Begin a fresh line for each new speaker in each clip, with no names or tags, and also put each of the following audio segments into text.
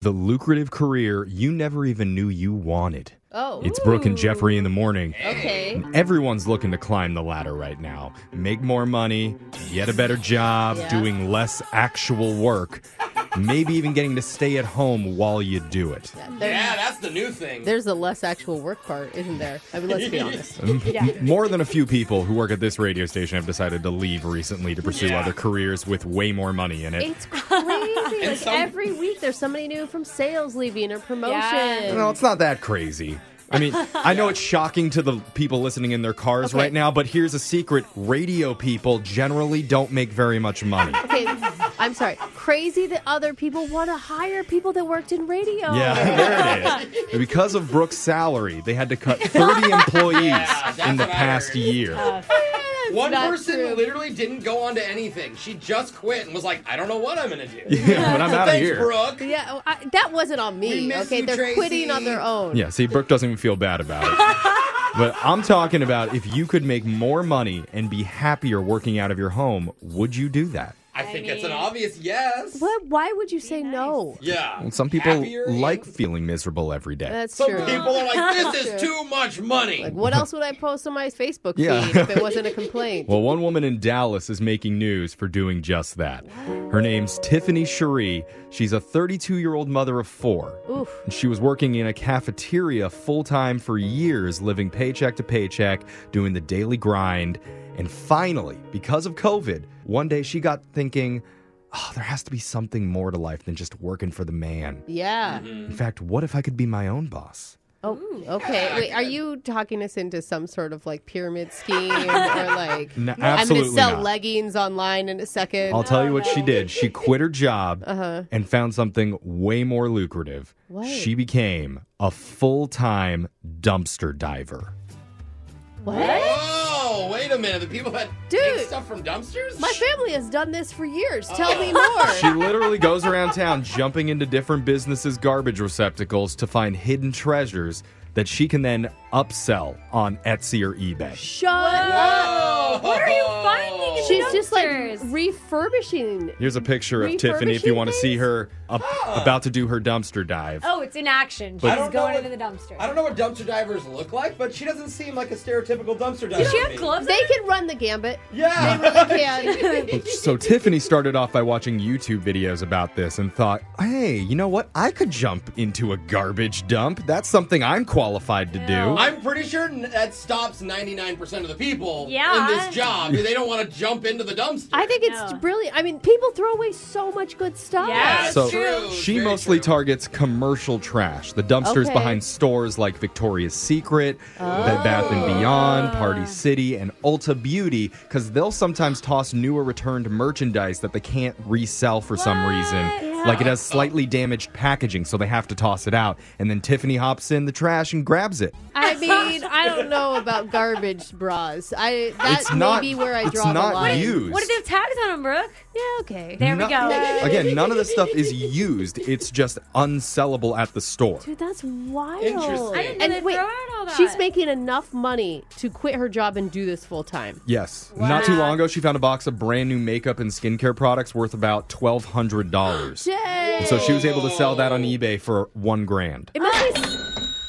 the lucrative career you never even knew you wanted.
Oh.
It's Brooke and Jeffrey in the morning.
Okay.
Everyone's looking to climb the ladder right now, make more money, get a better job,
Yeah.
doing less actual work, maybe even getting to stay at home while you do it.
There-
Yeah, that's the new thing.
There's a less actual work part, isn't there? I mean, let's be honest.
Um, M- More than a few people who work at this radio station have decided to leave recently to pursue
Yeah.
other careers with way more money in it.
It's crazy. like
some-
every week, there's somebody new from sales leaving or promotion.
Yeah.
No, it's not that crazy. I mean, I know it's shocking to the people listening in their cars
Okay.
right now, but here's a secret radio people generally don't make very much money.
Okay, I'm sorry. Crazy that other people want to hire people that worked in radio.
Oh.
Yeah, there it is. Because of Brooke's salary, they had to cut 30 employees
Yeah, that's
in the
what I
past
heard.
year.
One
not
person
true.
literally didn't go on to anything. She just quit and was like, I don't know what I'm gonna do.
yeah, but I'm out of
Thanks,
here.
Brooke.
Yeah, oh, I, that wasn't on
We
me.
miss
Okay,
you,
they're
Tracy.
quitting on their own.
Yeah, see, Brooke doesn't even feel bad about it. but I'm talking about if you could make more money and be happier working out of your home, would you do that?
I think it's an
mean-
obvious yes.
What? Why would you say no?
Yeah.
Well, some people
Happier and-
like feeling miserable every day.
That's
Some
true.
people are like, this is too much money.
Like, what else would I post on my Facebook feed
Yeah.
if it wasn't a complaint?
Well, one woman in Dallas is making news for doing just that. Her name's Tiffany Cherie. She's a 32 year old mother of four.
Oof.
And She was working in a cafeteria full time for years, living paycheck to paycheck, doing the daily grind. And finally, because of COVID, one day she got thinking, oh, there has to be something more to life than just working for the man.
Yeah.
Mm-hmm.
In fact, what if I could be my own boss?
Oh, okay. Wait, are you talking us into some sort of like pyramid scheme or like
No,
I'm going to
absolutely
sell
not.
leggings online in a 2nd
I'll tell you what she did. She quit her job
Uh-huh.
and found something way more lucrative.
What?
She became a full time dumpster diver.
what?
Whoa, wait a minute. The people that
Dude.
take stuff from dumpsters?
My family has done this for years. Tell me more.
She literally goes around town jumping into different businesses' garbage receptacles to find hidden treasures that she can then upsell on Etsy or eBay.
Shut up.
Whoa.
What are you finding? in
She's just like
dumpsters?
refurbishing.
Here's a picture of Tiffany if you want to see her up, about to do her dumpster dive.
Oh, it's in action. She's
I don't
going
know what-
into the dumpster.
I don't know what dumpster divers look like, but she doesn't seem like a stereotypical dumpster diver.
Does she
to
have
me.
gloves?
They can run the gambit.
Yeah.
Can.
So Tiffany started off by watching YouTube videos about this and thought, "Hey, you know what? I could jump into a garbage dump. That's something I'm qualified to do."
Ew.
I'm pretty sure n- that stops 99% of the people
Yeah.
in this job. They don't want to jump into the dumpster.
I think it's
No.
brilliant. I mean, people throw away so much good stuff.
Yeah. That's
so
true.
she
Very
mostly
true.
targets commercial trash, the dumpsters
Okay.
behind stores like Victoria's Secret, Bed Bath and Beyond, Party City, and Ulta Beauty, because they'll sometimes toss new or returned merchandise that they can't resell for some reason.
What?
Like it has slightly damaged packaging, so they have to toss it out. And then Tiffany hops in the trash and grabs it.
I mean, I don't know about garbage bras. I
It's
that's
not-
maybe where I
it's
draw
not
the line.
used.
What do they have tags on them, Brooke?
Yeah, okay.
There we
No-
go.
Again, none of this stuff is used. It's just unsellable at the store.
Dude, that's wild.
Interesting. I didn't
know they throw out all that.
she's making enough money to quit her job and do this full time.
Yes. Not too long ago, she found a box of brand new makeup and skincare products worth about twelve hundred dollars.
Yay!
so she was able to sell that on eBay for one grand.
It must be.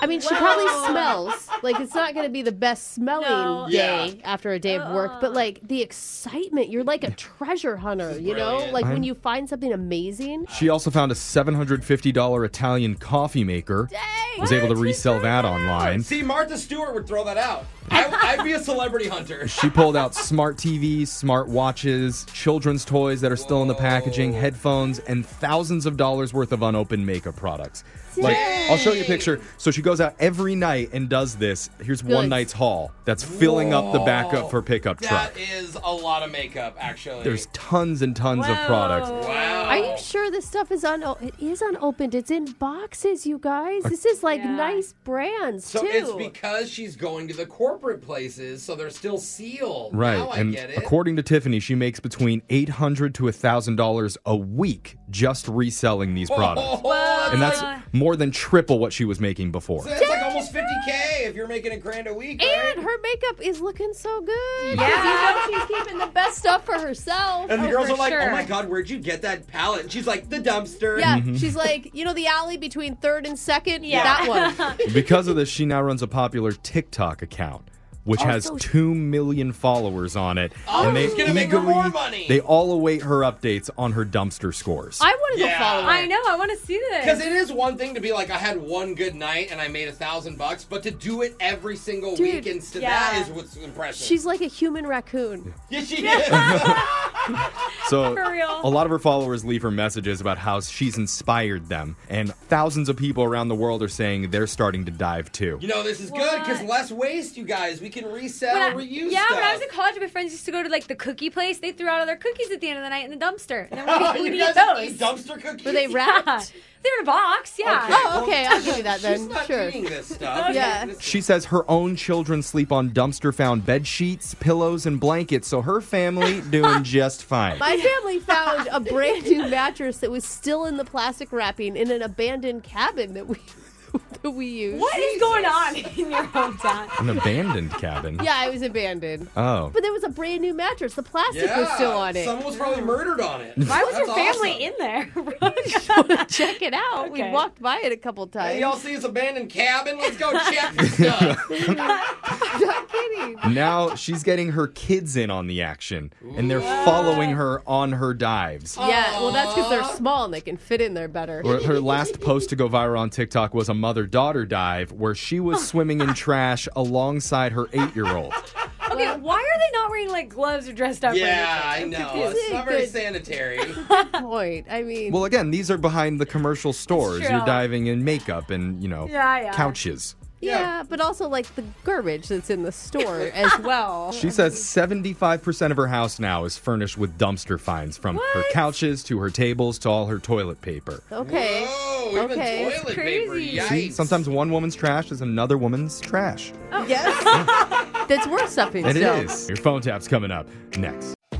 I mean, she probably smells. Like, it's not going to be the best smelling
No. Uh-uh.
Yeah.
day after a day of work, but like the excitement, you're like a treasure hunter, you know?
brilliant.
Like
I'm-
when you find something amazing.
She also found a seven hundred fifty dollar Italian coffee maker.
Dang!
Was able to resell that online.
See, Martha Stewart would throw that out. I, I'd be a celebrity hunter.
She pulled out smart TVs, smart watches, children's toys that are still in the packaging, headphones, and thousands of dollars worth of unopened makeup products. Like, I'll show you a picture. So she goes out every night and does this. Here's one
Good.
night's haul that's filling up the back of her pickup truck.
That is a lot of makeup, actually.
There's tons and tons of
Wow.
products.
wow.
Are you sure this stuff is un? oh, It is unopened. It's in boxes, you guys. This is like
Yeah.
nice brands
So
too.
it's because she's going to the corporate places, so they're still sealed.
Right.
Now I
and
get it.
according to Tiffany, she makes between 800 to $1,000 a week just reselling these products.
Oh,
And that's more than triple what she was making before.
that's like almost 50 okay if you're making a grand a week, right?
And her makeup is looking so good.
Yeah, you know she's keeping the best stuff for herself.
And the
Oh,
girls
for
are like,
sure.
"Oh my god, where'd you get that palette?" And she's like, "The dumpster."
Yeah, she's like, you know, the alley between third and second. Yeah,
Yeah.
that one.
Because of this, she now runs a popular TikTok account, which has two million followers on it,
Oh, she's gonna make her more money.
they all await her updates on her dumpster scores.
I want to
Yeah.
go follow. Her.
I know. I want to see this.
Because it is one thing to be like, I had one good night and I made a thousand bucks, but to do it every single
Dude,
week instead,
yeah.
that is what's impressive.
She's like a human raccoon.
yeah, she
so
For real.
a lot of her followers leave her messages about how she's inspired them, and thousands of people around the world are saying they're starting to dive too.
You know, this is good because
What?
less waste, you guys. We can resell,
When I-
reuse
yeah,
stuff.
when I was in college, my friends used to go to like the cookie place. They threw out all their cookies at the end of the night in the dumpster. And then we,
Oh, you
we'd
guys
eat those.
eat dumpster cookies?
Were they
Yeah.
wrapped?
They're in a box. Yeah.
Okay.
Oh, okay, I'll give you that
She's
then.
not
Sure.
eating this stuff.
Yeah.
This-
She says her own children sleep on dumpster found bed sheets, pillows, and blankets, so her family doing just fine.
My family found a brand new mattress that was still in the plastic wrapping in an abandoned cabin that we that we used.
What is going on in your hometown?
An abandoned cabin.
Yeah, it was abandoned.
Oh.
But there was a brand new mattress. The plastic was still on it.
Someone was probably murdered on it.
Mm. Why was
That's
your family
awesome.
in there? Brooke?
Check it out. We
Okay.
walked by it a couple times.
Hey, y'all see this abandoned cabin? Let's go check this stuff.
Not kidding.
Now she's getting her kids in on the action, and they're following her on her dives.
Yeah, well, that's because they're small and they can fit in there better.
Her- Her last post to go viral on TikTok was a mother daughter dive where she was swimming in trash alongside her eight year old.
Okay, why are they not wearing like gloves or dressed up? or
yeah,
anything?
I know. It's not very sanitary.
Point. I mean,
Well, again, these are behind the commercial stores.
true.
You're diving in makeup and, you know,
Yeah, yeah.
couches.
yeah,
yeah.
but also like the garbage that's in the store as well.
She says 75% of her house now is furnished with dumpster finds from her
What?
couches to her tables to all her toilet paper.
Okay.
Whoa, Oh, even
Okay. It's
toilet
crazy.
paper.
See,
Yikes.
sometimes one woman's trash is another woman's trash.
Yes. that's worth something.
It is.
still.
Your phone tap's coming up next.